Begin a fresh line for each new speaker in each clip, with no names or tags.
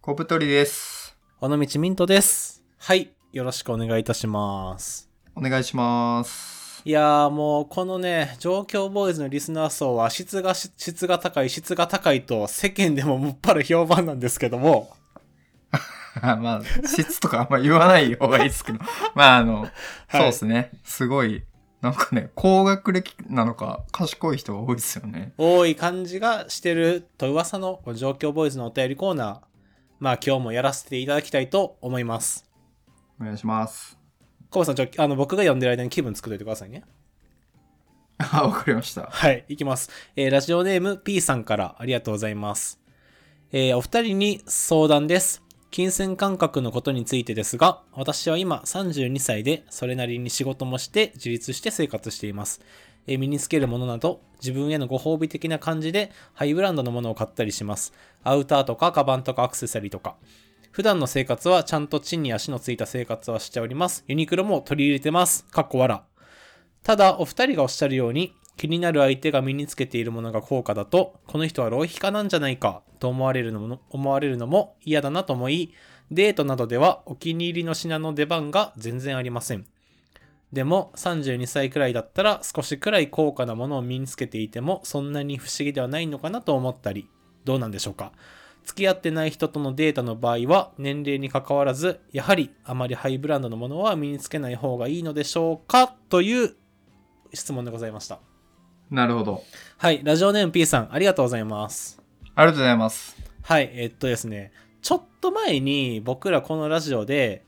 小太りです。
尾道ミントです。はい。よろしくお願いいたします。
お願いします。
いやーもう、このね、状況ボーイズのリスナー層は質が、質が高い、質が高いと世間でももっぱら評判なんですけども、
まあ、質とかあんま言わない方がいいですけど。 まあ、あの、そうですね。すごい、なんかね、高学歴なのか、賢い人が多いですよね。
多い感じがしてると噂のこの状況ボーイズのお便りコーナー、まあ今日もやらせていただきたいと思います。
お願いします。
コブさん、ちょ、あの、僕が読んでる間に気分作っといてくださいね。
あ、わかりました。
はい、いきます。えーラジオネーム P さんからありがとうございます。えーお二人に相談です。金銭感覚のことについてですが、私は今32歳で、それなりに仕事もして、自立して生活しています。えー身につけるものなど、自分へのご褒美的な感じで、ハイブランドのものを買ったりします。アウターとか、カバンとか、アクセサリーとか。普段の生活はちゃんと地に足のついた生活はしております。ユニクロも取り入れてます。かっこわら。ただ、お二人がおっしゃるように、気になる相手が身につけているものが高価だと、この人は浪費家なんじゃないかと思われるのも思われるのも嫌だなと思い、デートなどではお気に入りの品の出番が全然ありません。でも、32歳くらいだったら少しくらい高価なものを身につけていても、そんなに不思議ではないのかなと思ったり、どうなんでしょうか。付き合ってない人とのデータの場合は年齢に関わらずやはりあまりハイブランドのものは身につけない方がいいのでしょうかという質問でございました
なるほど。
はいラジオネーム P さんありがとうございます
ありがとうございます。
はいえっとですねちょっと前に僕らこのラジオで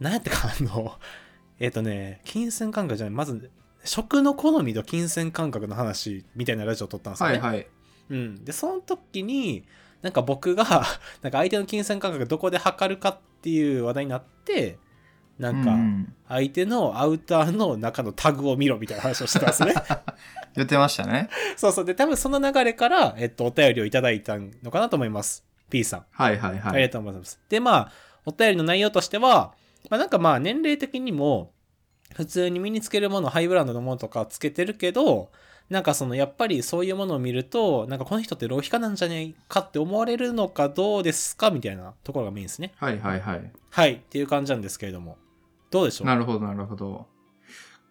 何やったかあの えっとね金銭感覚じゃないまず食の好みと金銭感覚の話みたいなラジオを撮ったんですよ
は
ね、
いはい。
うん、でその時になんか僕が なんか相手の金銭感覚どこで測るかっていう話題になってな
うんう
か相手のアウターの中のタグを見ろみたいな話をしてたんですね
言ってましたね。
そうそうで多分その流れから、えっと、お便りをいただいたのかなと思います P さん
はいはい
あ
は
り
い。
がとうございます。で、まあ、お便りの内容としては、まあなんかまあ年齢的にも、普通に身につけるもの、ハイブランドのものとかつけてるけど、なんかそのやっぱりそういうものを見ると、なんかこの人って浪費家なんじゃねえかって思われるのかどうですかみたいなところがメインですね。
はいはいはい。
はい。っていう感じなんですけれども。どうでしょう
なるほどなるほど。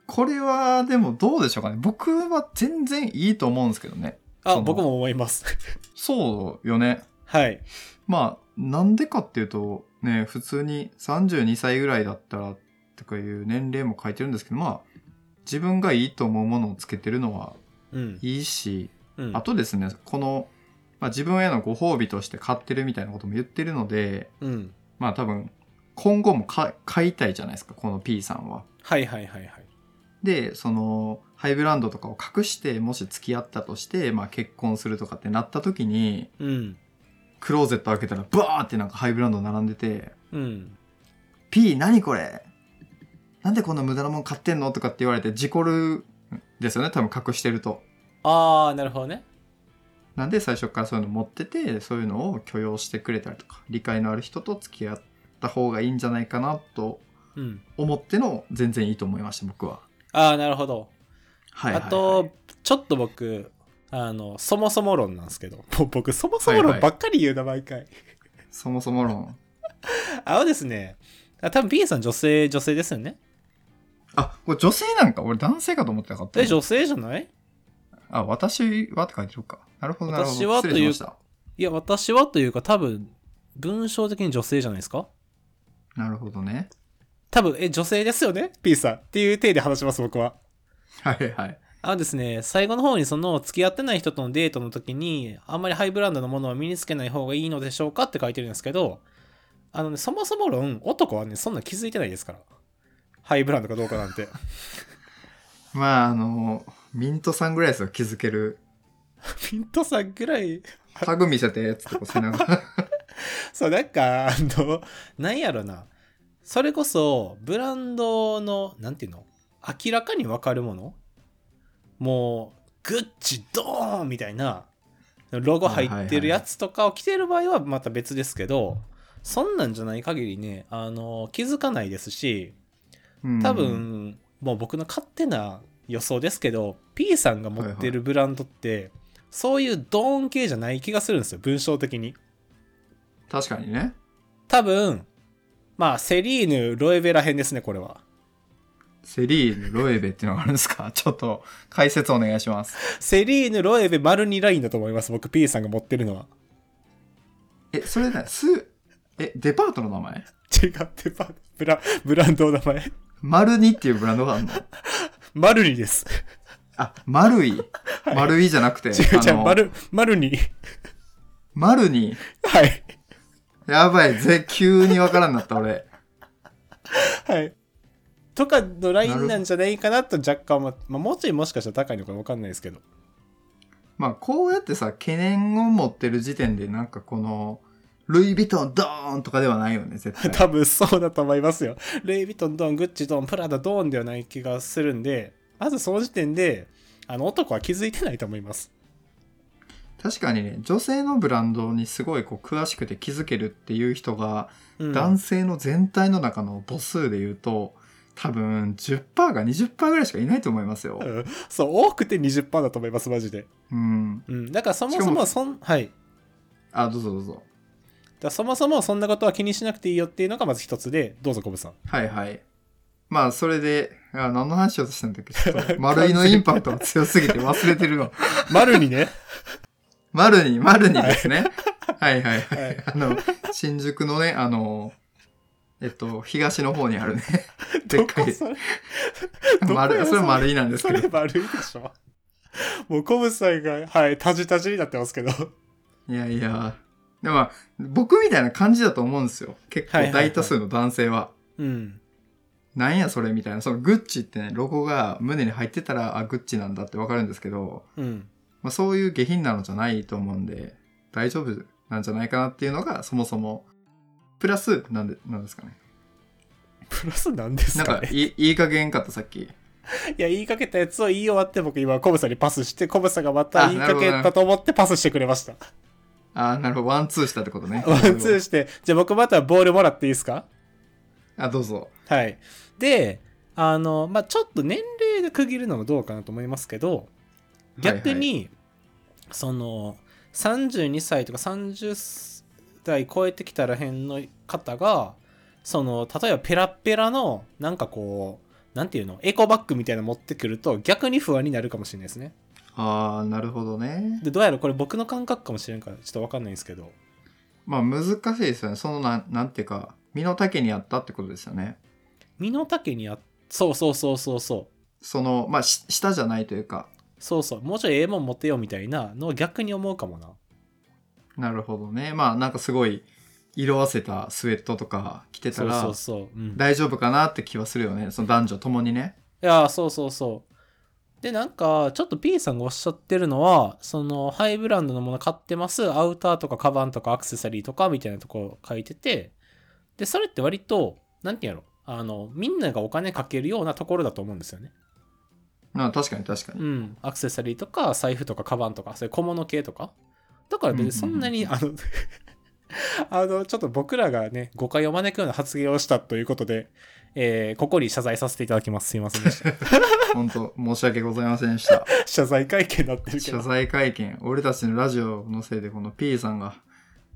これは、でもどうでしょうかね。僕は全然いいと思うんですけどね。そ
あ、
の
僕も思います。
そうよね。
はい。
まあなんでかっていうとね普通に32歳ぐらいだったらとかいう年齢も書いてるんですけどまあ自分がいいと思うものをつけてるのは
うん。
いいし、
うん
あ。とですねこの、まあ、自分へのご褒美として買ってるみたいなことも言ってるので
うん。
まあ多分今後もか買いたいじゃないですかこの P さんは。
はいはいはいはい。
でそのハイブランドとかを隠してもし付き合ったとして、まあ、結婚するとかってなった時に
うん。
クローゼット開けたらバーってなんかハイブランド並んでて
うん。
P 何これなんでこんな無駄なもん買ってんのとかって言われて事故るんですよね多分隠してると
あー、なるほどね。
なんで最初からそういうの持っててそういうのを許容してくれたりとか理解のある人と付き合った方がいいんじゃないかなと
うん。
思っての全然いいと思いました僕は
あー、なるほど。
はいはいはい
あとちょっと僕あのそもそも論なんですけど ぼ僕そもそも
はいは
論
い
ばっかり言うな、毎回
そもそも論
あのですねあ多分 B さん女性女性ですよね
あこれ女性なんか俺男性かと思ってなかった
え女性じゃない
あ私はって書いてるかなるほどなるほど
私は
失礼しました
いや私はというか多分文章的に女性じゃないですか
なるほどね
多分え女性ですよね P さんっていう体で話します僕は
はいはい
あのですね、最後の方にその付き合ってない人とのデートの時にあんまりハイブランドのものを身につけない方がいいのでしょうかって書いてるんですけどあのねそもそも論男はねそんな気づいてないですからハイブランドかどうかなんて
まああのミントさんぐらいですよ気づける
ピントさんぐらい
タグ見せてっつってこう背 中
そうなんかあのなんやろなそれこそブランドのなんていうの明らかに分かるものもうグッチドーンみたいなロゴ入ってるやつとかを着てる場合はまた別ですけど、そんなんじゃない限りねあの気づかないですし
うん
多分、もう僕の勝手な予想ですけど P さんが持ってるブランドって、そういうドーン系じゃない気がするんですよ文章的に。
確かにね
多分、まあ、セリーヌ、ロエベラ編ですね、これは。
セリーヌ、ロエベっていうのがあるんですか ちょっと解説お願いします。
セリーヌ、ロエベ、丸2ラインだと思います。僕、P さんが持ってるのは。
え、それね、す、え、デパートの名前
違ってば、ブラ、ブランドの名前。
マルニっていうブランドがあるの
マルニです。
あ、マルイ。マルイじゃなくて、
違う違
あ
う、
の
マル、マルニ。
マルニ。
はい。
やばい、ぜ、急にわからんなった俺。
はい。とかのラインなんじゃないかなと若干思っまあ、もうちょいもしかしたら高いのかわかんないですけど。
まあ、こうやってさ、懸念を持ってる時点で、なんかこの、ルイ・ヴィトンドーンとかではないよね、絶 対。
多分そうだと思いますよ。ルイ・ヴィトン、ドン、グッチ、ドン、プラダ、ドンではない気がするんで、まずその時点で、あの男は気づいてないと思います。
確かにね、女性のブランドにすごいこう詳しくて気づけるっていう人が、
うん、
男性の全体の中の母数で言うと、多分10%が20%ぐらいしかいないと思いますよ
う。んそう、多くて20%だと思います、マジで。
うん。
うん。だからそも
しか
そも
も
そん、はい。だか
あ、どうぞどうぞ。
らそもそもそんなことは気にしなくていいよっていうのがまず一つで、どうぞ、コブさん。
はいはい。まあ、それで、あ何の話をしたんだっけちょっ と、丸いのインパクトが強すぎて忘れてるわ。
丸にね。
丸に、丸にですね。はいはいはい。
はい
あの、新宿のね、あの、えっと、東の方に あるね。 でっか
どこ
い。
それどこよ
丸、
そ
そ
れ
れ丸いなんです
そ
け
れ
ど。
丸いでしょ。もうコブさんが、はい、タジタジになってますけど。
いやいや。でも、僕みたいな感じだと思うんですよ。結
はい
構
はいはい
大多数の男性は。
うん。
なんやそれみたいな。そのグッチってね、ロゴが胸に入ってたら、あ、グッチなんだってわかるんですけど、
うん。
まあ、そういう下品なのじゃないと思うんで、大丈夫なんじゃないかなっていうのが、そもそも、プラス、なんで、なんですかね。
プラスなんです
なん
か
か
ね。
いい、いい加減かった、さっき。
いや、言いかけたやつを言い終わって、僕今、コブさんにパスして、コブさんがまた言いかけたと思ってパスしてくれました。。
ああ、なるほど。ワンツーしたってことね
ワンツーして、じゃあ僕またボールもらっていいですか
あ、どうぞ。
はい。で、あの、まあ、ちょっと年齢で区切るのもどうかなと思いますけど、逆に、その、32歳とか30代超えてきたらへんの方が、その、例えばペラッペラの、なんかこう、なんていうの、エコバッグみたいなの持ってくると、逆に不安になるかもしれないですね。
ああ、なるほどね。
で、どうやらこれ僕の感覚かもしれんから、ちょっとわかんないんですけど、
まあ難しいですよね。そのなん、なんていうか、身の丈にあったってことですよね。
身の丈にあそうそうそうそうそう。
その、まあ、し下じゃないというか。
そうそう、もうちょいええもん持てよみたいなのを逆に思うかもな。
なるほどね。まあなんかすごい、色あせたスウェットとか着てた
そう
ら
そう、そう。うん、い
大丈夫かなって気はするよね。その男女ともにね。
や、そうそうそう。で、なんか、ちょっと P さんがおっしゃってるのは、その、ハイブランドのもの買ってます、アウターとかカバンとかアクセサリーとかみたいなとこ書いてて、で、それって割と、なんていうんやろ、あの、みんながお金かけるようなところだと思うんですよね。
まあ確かに確かに。
うん、アクセサリーとか財布とかカバンとかそういう小物系とかだから別にそんなに、
うん
あの あのちょっと僕らがね誤解を招くような発言をしたということで、えーここに謝罪させていただきますすいませんでした
本当申し訳ございませんで した。
謝罪会見になってるけ
謝
ど
罪会見。俺たちのラジオのせいでこの P さんが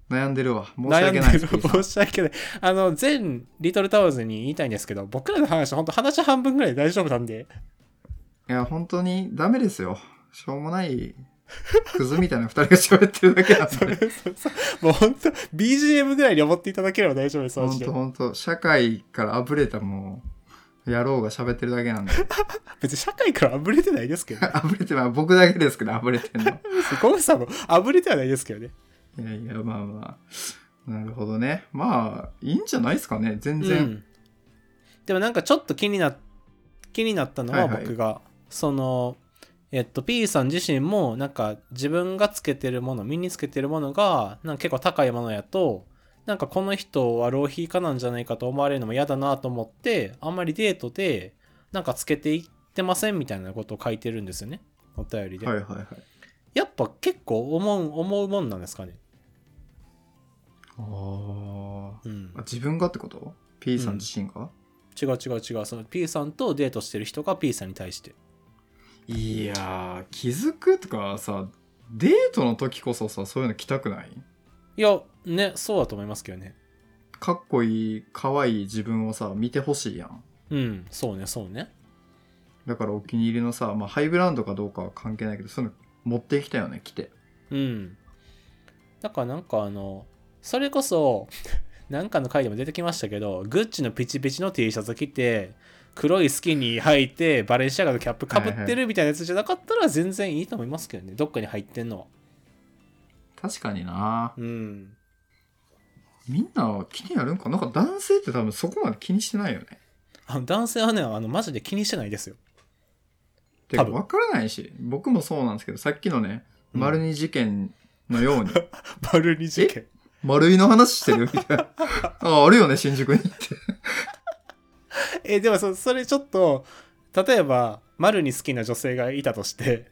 悩んでるわ。 申し訳ないです。
悩
P
んでる
さん
申し訳ないあの全リトルタワーズに言いたいんですけど僕らの話本当話半分ぐらいで大丈夫なんで
いや、本当にダメですよ。しょうもない、クズみたいな二人が喋ってるだけなん
それ
で。
そうそうもう本当 BGM ぐらいに思っていただければ大丈夫ですマ
本
ジで
当本当社会からあぶれたもう、野郎が喋ってるだけなんで。
別に社会からあぶれてないですけど
あぶれてる、まあ僕だけですけど、あぶれてんの。
ゴムさんもあぶれてはないですけどね。
いやいや、まあまあ。なるほどね。まあ、いいんじゃないですかね。全
う
然。
ん、でもなんかちょっと気にな気になったのは
はいはい
僕が、そのえっと P さん自身もなんか自分がつけてるもの身につけてるものがなんか結構高いものやとなんかこの人は浪費家なんじゃないかと思われるのも嫌だなと思ってあんまりデートでなんかつけていってませんみたいなことを書いてるんですよねお便りで、
はいはいはい。
やっぱ結構思う思うもんなんですかね
あ
うん
あ。自分がってこと ?P さん自身が、
違う違う違うその P さんとデートしてる人が P さんに対して
いやー、気づくとかさ、デートの時こそさ、そういうの来たくない
いやねそうだと思いますけどね
かっこいい、かわいい自分をさ、見てほしいやん。
うん、そうね、そうね。
だからお気に入りのさ、まあ、ハイブランドかどうかは関係ないけど、そういうの持ってきたよね、来て。
うん。だからなんかあの、それこそ、 なんかの回でも出てきましたけど、グッチのピチピチの T シャツ着て、黒いスキニー履いて、バレンシアガのキャップかぶっ
はい
て
は
るみたいなやつじゃなかったら全然いいと思いますけどね、どっかに入ってんのは。
確かにな
うん。
みんなは気になるんかなんか男性って多分そこまで気にしてないよね。
あの男性はね、あの、マジで気にしてないですよ。
てか
多分
分からないし、僕もそうなんですけど、さっきのね、
うん
丸二事件のよう に、
バルニ事件。
丸いの話してるみたい な。あ、あるよね、新宿にって。
え、でもそそれちょっと、例えば、丸に好きな女性がいたとして、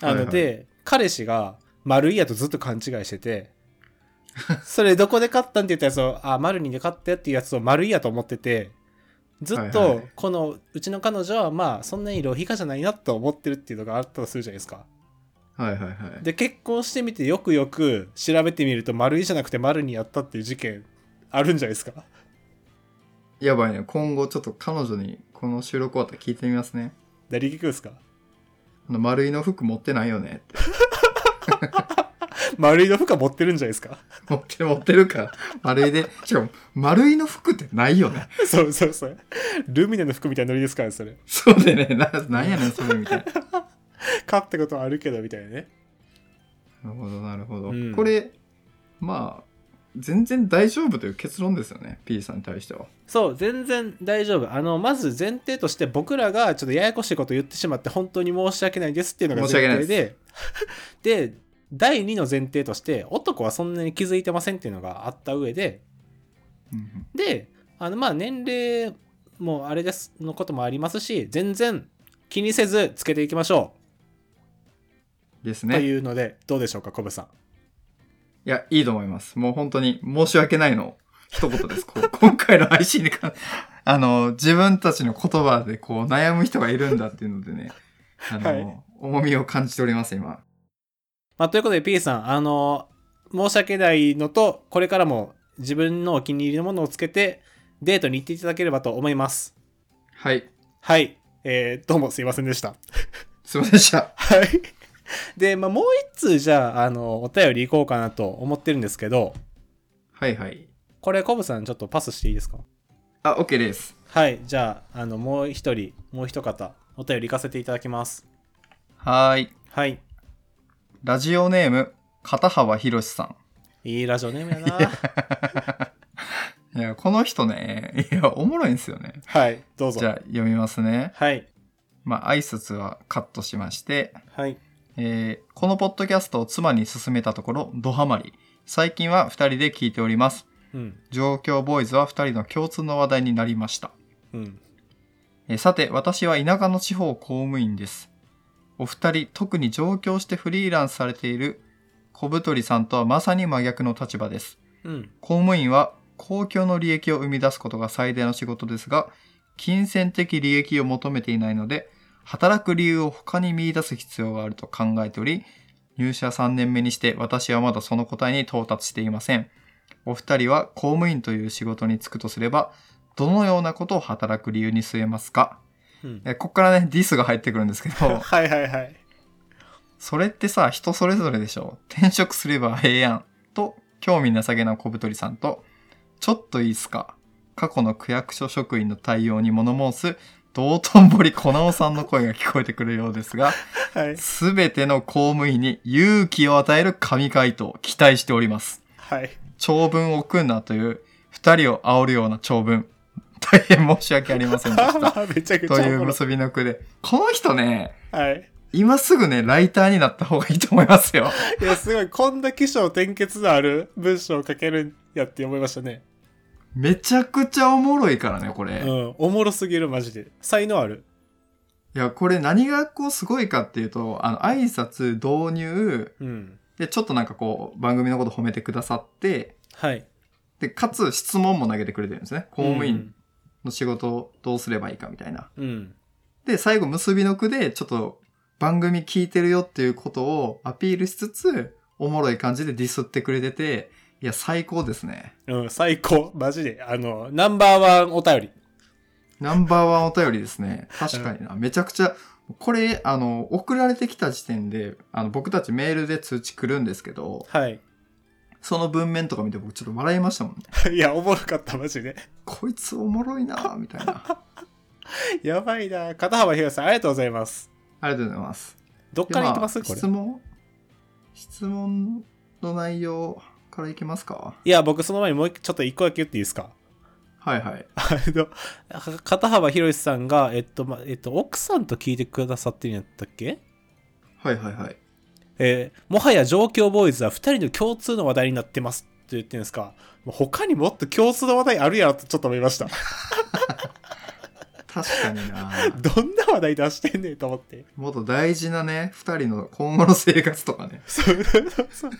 あの、
はいはい
で、彼氏が丸いやとずっと勘違いしてて、それどこで買ったんって言ったやつを、あ、丸にで買ったよっていうやつを丸いやと思ってて、ずっ
はいは
と
い、
この、うちの彼女は、まあ、そんなに浪費家じゃないなと思ってるっていうのがあったとするじゃないですか。
はいはいはい。
で、結婚してみて、よくよく調べてみると、丸いじゃなくて丸にやったっていう事件、あるんじゃないですか。
やばいね。今後ちょっと彼女にこの収録終わったら聞いてみますね。
誰聞くんですか
あの丸いの服持ってないよねって。
丸いの負荷持ってるんじゃないですか
持ってる持ってるか。丸いで。しかも、丸いの服ってないよね。
そうそうそう。ルミネの服みたいなノリですからね、それ。
そうでね、ななんやねん、それみたいな。
勝ったことはあるけど、みたいなね。
なるほど、なるほど。
うん
これ、まあ、全然大丈夫という結論ですよね。P さんに対しては。
そう、全然大丈夫。あの、まず前提として、僕らがちょっとややこしいこと言ってしまって、本当に申し訳ないですっていうのが
申し
前
訳ない
提で。で第2の前提として、男はそんなに気づいてませんっていうのがあった上で、
うんうん
で、あの、まあ、年齢もあれです、のこともありますし、全然気にせずつけていきましょ
です
う。
ね。
というので、どうでしょうか、コブさん。
いや、いいと思います。もう本当に申し訳ないの一言です。こう 今回の配信に関あの、自分たちの言葉でこう悩む人がいるんだっていうのでね、あの、
はい
重みを感じております、今。
まあ、ということで P さん、あの申し訳ないのと、これからも自分のお気に入りのものをつけて、デートに行っていただければと思います。
はい。
はい。えーどうもすいませんでした。
すいませんでした。
はい。で、まあ、もう一通、じゃあ、あの、お便り行こうかなと思ってるんですけど、
はいはい。
これ、コブさん、ちょっとパスしていいですか
あ、OK です。
はい。じゃあ、あの、もう一人、もう一方、お便り行かせていただきます。
はーい。
はい。
ラジオネーム、片幅博さん。
いいラジオネームやな。
いや、この人ね、いや、おもろいんですよね。
はい。どうぞ。
じゃあ、読みますね。
はい。
まあ、挨拶はカットしまして、
はい。
えーこのポッドキャストを妻に勧めたところ、ドハマり。最近は2人で聞いております。
うん。
上京ボーイズは2人の共通の話題になりました。
うん。
えーさて、私は田舎の地方公務員です。お二人、特に上京してフリーランスされている小太りさんとはまさに真逆の立場です。
うん。
公務員は公共の利益を生み出すことが最大の仕事ですが、金銭的利益を求めていないので、働く理由を他に見出す必要があると考えており、入社3年目にして私はまだその答えに到達していません。お二人は公務員という仕事に就くとすれば、どのようなことを働く理由に据えますか
うん。
えここからね、ディスが入ってくるんですけど、
はいはいはい。
それってさ、人それぞれでしょ。転職すればええやん。と、興味なさげな小太りさんと、ちょっといいっすか。過去の区役所職員の対応に物申す、道頓堀小直さんの声が聞こえてくるようですが、
はい。
すべての公務員に勇気を与える神回答、期待しております。
はい。
長文を組んだという、二人を煽るような長文。大変申し訳ありませんで した。
めちゃくちゃ
とい
お
う
もろ
結びの句で、この人ね、
はい。
今すぐね、ライターになった方がいいと思いますよ。
いや、すごい、こんな起承転結のある文章を書けるんやって思いましたね。
めちゃくちゃおもろいからね、これ。
う
い
ん。おもろすぎる、マジで。才能ある。
や、これ何がこうすごいかっていうと、あの、挨拶、導入、
うん。
で、ちょっとなんかこう、番組のこと褒めてくださって、
はい。
で、かつ質問も投げてくれてるんですね。公務員。の仕事をどうすればいいかみたいな。
うん。
で、最後結びの句で、ちょっと番組聞いてるよっていうことをアピールしつつ、おもろい感じでディスってくれてて、いや、最高ですね。
うん、最高。マジで。あの、ナンバーワンお便り。
ナンバーワンお便りですね。確かにな。めちゃくちゃ、これ、あの、送られてきた時点で、あの、僕たちメールで通知来るんですけど、
はい。
その文面とか見て僕ちょっと笑いましたもんね。
いや、おもろかった、マジで。
こいつおもろいなぁみたいな。
やばいな。片幅ひろさん、ありがとうございます。
ありがとうございます。
どっから行きます
で
こ
あ
れ
質。問質問の内容からいきますか
いや、僕その前にもう一ちょっと一個だけ言っていいですか
はいはい。
あの、片幅ひろさんが、えっと、ま、えっと、奥さんと聞いてくださってるんやったっけ
はいはいはい。
えーもはや上京ボーイズは2人の共通の話題になってますって言ってるんですかもう他にもっと共通の話題あるやろとちょっと思いました
確かにな
どんな話題出してんねんと思って
もっと大事なね、二人の今後の生活とかね。
そうそうそうそう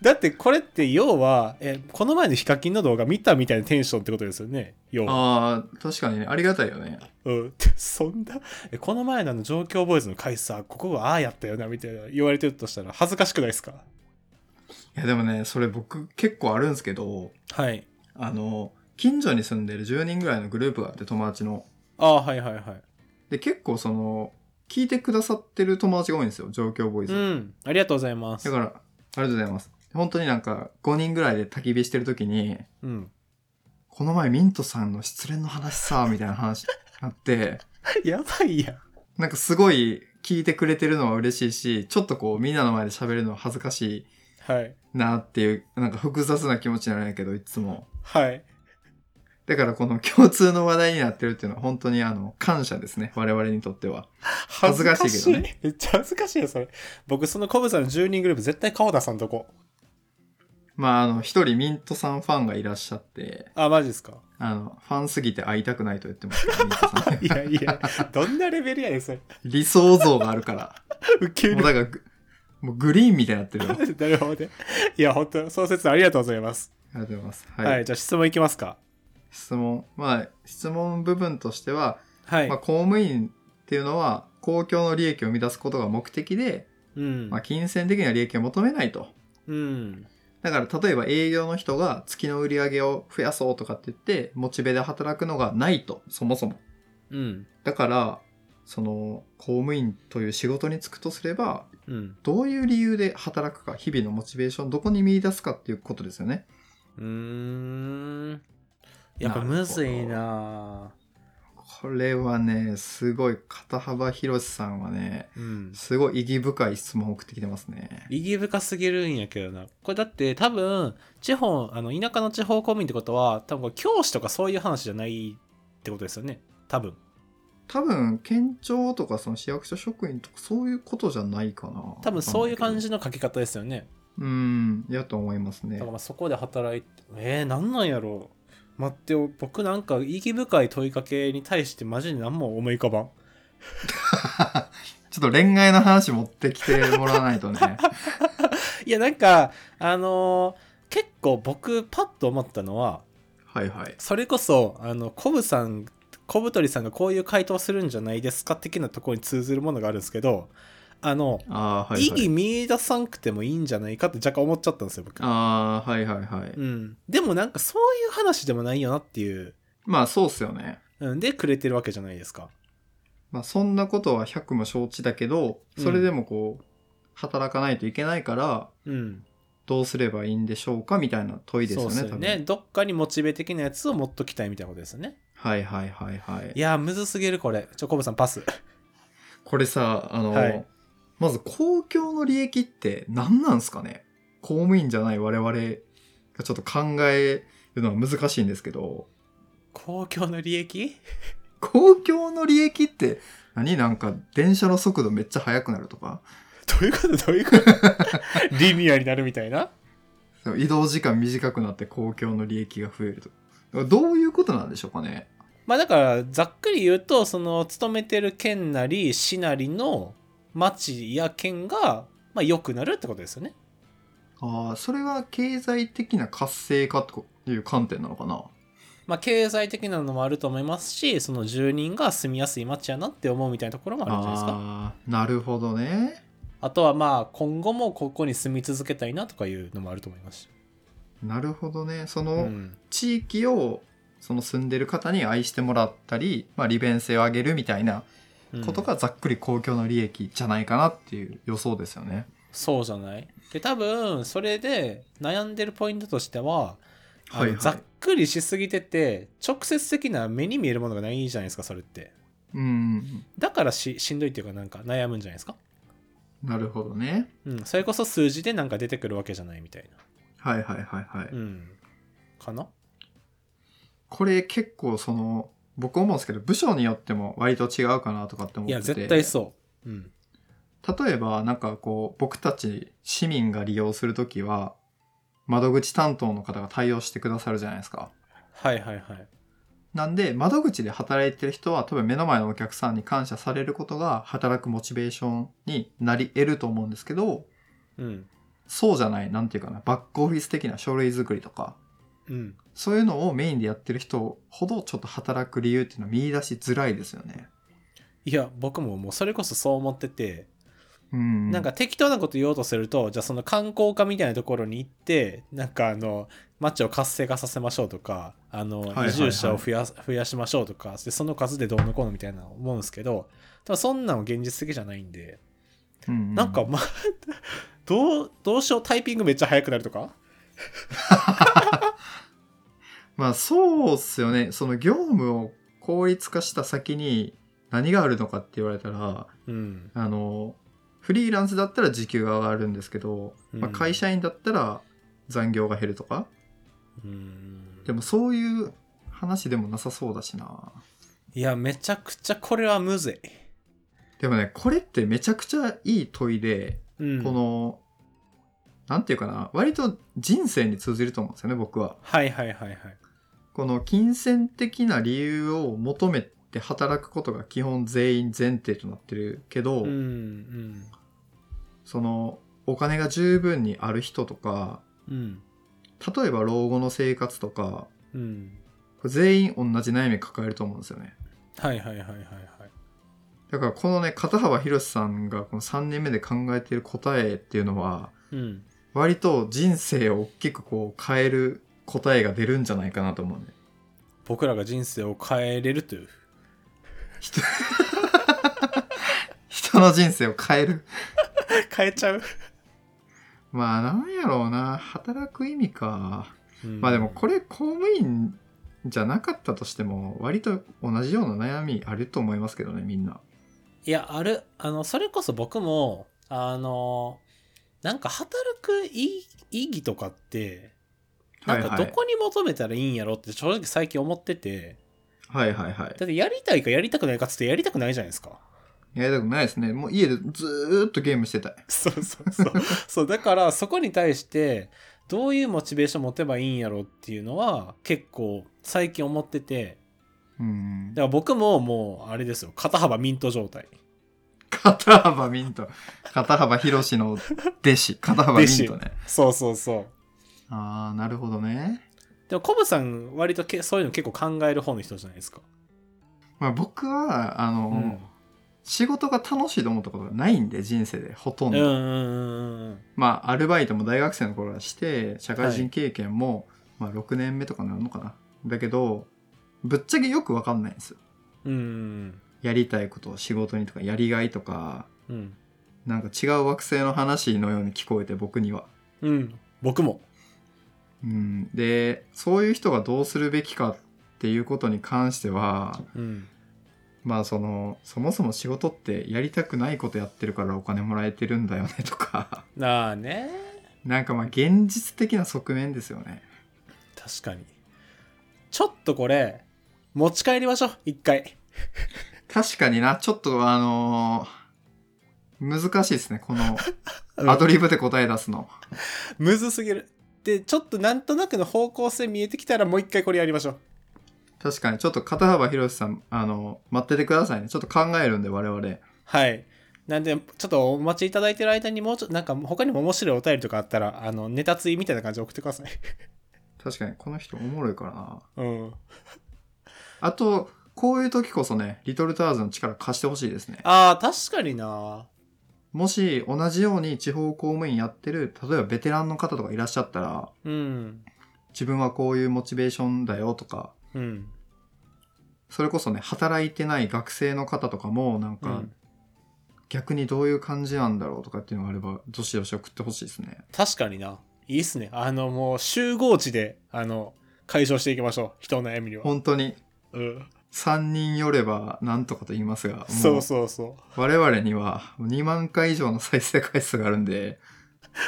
だってこれって要は、えーこの前のヒカキンの動画見たみたいなテンションってことですよね要は、
ああ、確かにね、ありがたいよね。
うん、そんなえこの前のあの上京ボーイズの回さここがああやったよなみたいな言われてるとしたら恥ずかしくないですか
いやでもね、それ僕結構あるんですけど、
はい
あの、近所に住んでる10人ぐらいのグループがあって友達の。
ああはいはいはい
で、結構その、聞いてくださってる友達が多いんですよ、上京ボーイズ。
うんありがとうございます
だから、ありがとうございます。本当になんか、5人ぐらいで焚き火してる時に、
うん
この前ミントさんの失恋の話さ、みたいな話になって、
やばいやん
なんかすごい聞いてくれてるのは嬉しいし、ちょっとこうみんなの前で喋るのは恥ずかし
はい
いなっていう、なんか複雑な気持ちになるんやけど、いつも。
はい。
だからこの共通の話題になってるっていうのは本当にあの、感謝ですね。我々にとっては。
恥
ずかしいけどね
ね。めっちゃ恥ずかしいよ、それ。僕、そのコブさんの10人グループ、絶対顔出さんとこ。
まああの、一人ミントさんファンがいらっしゃって、
あ、マジです か。
あの、ファンすぎて会いたくないと言ってます けど、ミントさん
いやいや、どんなレベルやねん、それ。
理想像があるから。
ウケ
もう
る。
だからグ、もうグリーンみたいになってるよ。あり
なるほどね。いや、本当その説ありがとうございます。
がとうございます。は。
はいい、じゃあ質問いきますか。
質問。まあ、質問部分としては、
はい。
まあ、公務員っていうのは、公共の利益を生み出すことが目的で、
うん。
まあ、金銭的な利益を求めないと。
うん。
だから、例えば営業の人が月の売り上げを増やそうとかって言って、モチベで働くのがないと、そもそも。
うん。
だから、その、公務員という仕事に就くとすれば、
うん。
どういう理由で働くか、日々のモチベーション、どこに見出すかっていうことですよね。
うーん。やっぱ
なるほど
むずいな
これはね、すごい、肩幅広さんはね、
ぁうん。
すごい意義深い質問を送ってきてますね。
意義深すぎるんやけどな。これだって多分、地方、あの、田舎の地方公務員ってことは、多分これ教師とかそういう話じゃないってことですよね。多分。
多分、県庁とかその市役所職員とかそういうことじゃないかな。
多分そういう感
じ。
じの書き方ですよね。
うん、やと思います
だ
ね
から。まあそこで働いて、えー、なんなんやろう。待ってよ、僕なんか意義深い問いかけに対してマジで何も思い浮かばん。
ちょっと恋愛の話持ってきてもらわないとね。
いや、なんか、あのー結構僕パッと思ったのは、
はいはい。
それこそ、あの、コブさん、コブトリさんがこういう回答するんじゃないですか的なところに通ずるものがあるんですけど、あの、
ああ、はい、
意
は
義
い。
見出さんくてもいいんじゃないかって若干思っちゃったんですよ、僕。
ああ、はいはいはい。
うん。でもなんかそういう話でもないよなっていう、
まあ、そうっすよね。
うん、でくれてるわけじゃないですか。
まあ、そんなことは百も承知だけど、それでもこう、働かないといけないから、
うん。
どうすればいいんでしょうかみたいな問いですよね、
そうっ
多分。
ね。どっかにモチベ的なやつを持っときたいみたいなことですよね。
はいはいはいはい
い。やー、むずすぎるこれ。ちょ、コブさんパス。
これさ、あの、
はい
まず公共の利益って何なんすかね公務員じゃない我々がちょっと考えるのは難しいんですけど、
公共の利益
公共の利益って何なんか電車の速度めっちゃ速くなるとか、
どういうことどういう ことリニアになるみたいな
その移動時間短くなって公共の利益が増えるとか。どういうことなんでしょうかね
まあだからざっくり言うとその勤めてる県なり市なりの町や県がまあ良くなるってことですよね。
ああ、それは経済的な活性化という観点なのかな
まあ経済的なのもあると思いますしその住人が住みやすい町やなって思うみたいなところもあるんじゃないですか。
ああー、なるほどね。
あとはまあ今後もここに住み続けたいなとかいうのもあると思いますし。
なるほどね。そうの
ん、
地域をその住んでる方に愛してもらったり、まあ、利便性を上げるみたいな
うん
ことがざっくり公共の利益じゃないかなっていう予想ですよね。
そうじゃないで多分それで悩んでるポイントとしては、あの
はいはい
ざっくりしすぎてて直接的な目に見えるものがないじゃないですかそれって
うん。
だからししんどいっていうかなんか悩むんじゃないですか、
なるほどね。
うん、それこそ数字でなんか出てくるわけじゃないみたい
はいはいはいはい。
なうんかな
これ結構その、僕思うんですけど、部署によっても割と違うかなとかって思っ
い
てて。
や絶対そう、うん、
例えばなんかこう僕たち市民が利用するときは窓口担当の方が対応してくださるじゃないですか。
はいはいはい
なんで窓口で働いてる人は多分目の前のお客さんに感謝されることが働くモチベーションになり得ると思うんですけど
うん
そうじゃないなんていうかなバックオフィス的な書類作りとか
うん
そういうのをメインでやってる人ほどちょっと働く理由っていうのを見出しづらいですよね。
いや僕ももうそれこそそう思ってて
うん、
なんか適当なこと言おうとすると、じゃあその観光課みたいなところに行って、なんかあの、街を活性化させましょうとか、あの、
いはいはい
移住者を増やす増やしましょうとか、でその数でどうのこうのみたいなの思うんですけど、多分そんなの現実的じゃないんで、
うう
なんかまあ、 どう、どうしようタイピングめっちゃ速くなるとか
まあそうっすよね。その業務を効率化した先に何があるのかって言われたら、
うん。
あの、フリーランスだったら時給が上がるんですけど、まあ、
うん
会社員だったら残業が減るとか、
うん。
でもそういう話でもなさそうだしな。
いや、めちゃくちゃこれはむずい。
でもね、これってめちゃくちゃいい問いで、
うん。
この、なんていうかな、割と人生に通じると思うんですよね、僕は。
はいはいはいはい。
この金銭的な理由を求めて働くことが基本全員前提となってるけど、
うん、うん。
そのお金が十分にある人とか
うん。
例えば老後の生活とか
うん。
これ全員同じ悩み抱えると思うんですよね
はいはいはいはいはい。
だからこのね片幅博さんがこの3年目で考えている答えっていうのは
うん。
割と人生を大きくこう変える答えが出るんじゃないかなと思うね
僕らが人生を変えれるという
人の人生を変える
変えちゃう、
まあなんやろうな働く意味かまあでもこ
れ
れ公務員じゃなかったとしても割と同じような悩みあると思いますけどねみんな。
いやあるあのそれこそ僕もあのなんか働く意意義とかってなんかどこに求めたらいいんやろって正直最近思ってて
はいはいはい。
だってやりたいかやりたくないかっつってやりたくないじゃないですか
やりたくないですね。もう家でずーっとゲームしてたい。
そうそうそうそうだからそこに対してどういうモチベーション持てばいいんやろっていうのは結構最近思ってて
うん
だか。ら僕ももうあれですよ肩幅ミント状態
肩幅ミント。肩幅広しの弟 子。肩幅ミントね。
そうそうそう
ああ、なるほどね。
でもコブさん割とけそういうの結構考える方の人じゃないですか。
まあ僕は、あの、
うん
仕事が楽しいと思ったことがないんで、人生でほと
うんんう
ど。
んうんうん。
まあ、アルバイトも大学生の頃はして、社会人経験も、まあ、6年目とかなのかな。だけど、ぶっちゃけよくわかんないんですよ。
うんうん
やりたいことを仕事にとか、やりがいとか、
うん。
なんか違う惑星の話のように聞こえて、僕には。
うん。うん。僕も。
うん。で、そういう人がどうするべきかっていうことに関しては、
うん。
まあその、そもそも仕事ってやりたくないことやってるからお金もらえてるんだよねとか、
なあね。
なんかまあ現実的な側面ですよね。
確かに。ちょっとこれ、持ち帰りましょう。一回。
確かにな、ちょっとあのー難しいですね、この
うん
アドリブで答え出すの。
むずすぎる。で、ちょっとなんとなくの方向性見えてきたらもう一回これやりましょう。
確かに、ちょっと片幅広さん、あの待っててくださいね。ちょっと考えるんで、我々。
はい。なんで、ちょっとお待ちいただいてる間にもうちょっと、なんか他にも面白いお便りとかあったら、あの、ネタついみたいな感じで送ってください。
確かに、この人おもろいからな。
うん。
あと、こういう時こそね、リトルターズの力貸してほしいですね。
ああ、確かにな。
もし同じように地方公務員やってる、例えばベテランの方とかいらっしゃったら、
うん。
自分はこういうモチベーションだよとか、
うん。
それこそね、働いてない学生の方とかも、なん
う
か
ん、
逆にどういう感じなんだろうとかっていうのがあれば、どしどし送ってほしいですね。
確かにな。いいっすね。あの、もう集合地で、あの、解消していきましょう。人の悩みには。
本当に、
うん。
3人よればなんとかと言いますが、も
そうそうそう。
我々には2万回以上の再生回数があるんで、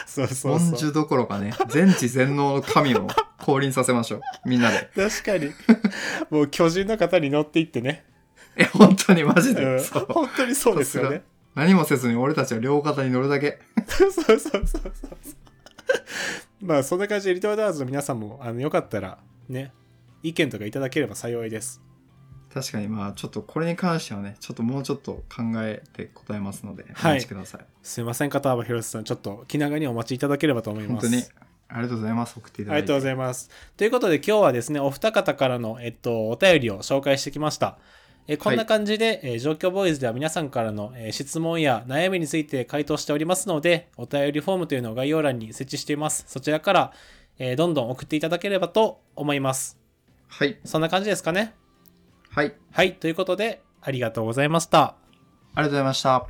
そうそう
文
そう
殊。どころかね、全知全能の神を降臨させま しょう。みんなで。
確かに。もう巨人の方に乗っていってね。
え、本当にマ
う
ジで。
ん
そう。
本当にそうですよね。
何もせずに俺たちは両肩に乗るだけ。
そうそうそうそうそう。まあ、そんな感じで、リトルダーズの皆さんも、あの、よかったら、ね、意見とかいただければ幸いです。
確かにまあちょっとこれに関してはね、ちょっともうちょっと考えて答えますので、お
はい
待ちください。
すいません、片幅広瀬さん。ちょっと気長にお待ちいただければと思い
本
ます。
当にありがとうございます。送っていた
あ
だ
り
いて。
がとうございます。ということで今日はですね、お二方からの、えっと、お便りを紹介してきました。えこんな感じで、えー状況ボーイズでは皆さんからの、えー質問や悩みについて回答しておりますので、お便りフォームというのを概要欄に設置しています。そちらから、えーどんどん送っていただければと思います。
はい。
そんな感じですかね。
はい。あり
はい、ということで、ありがとうございました。
がとうございました。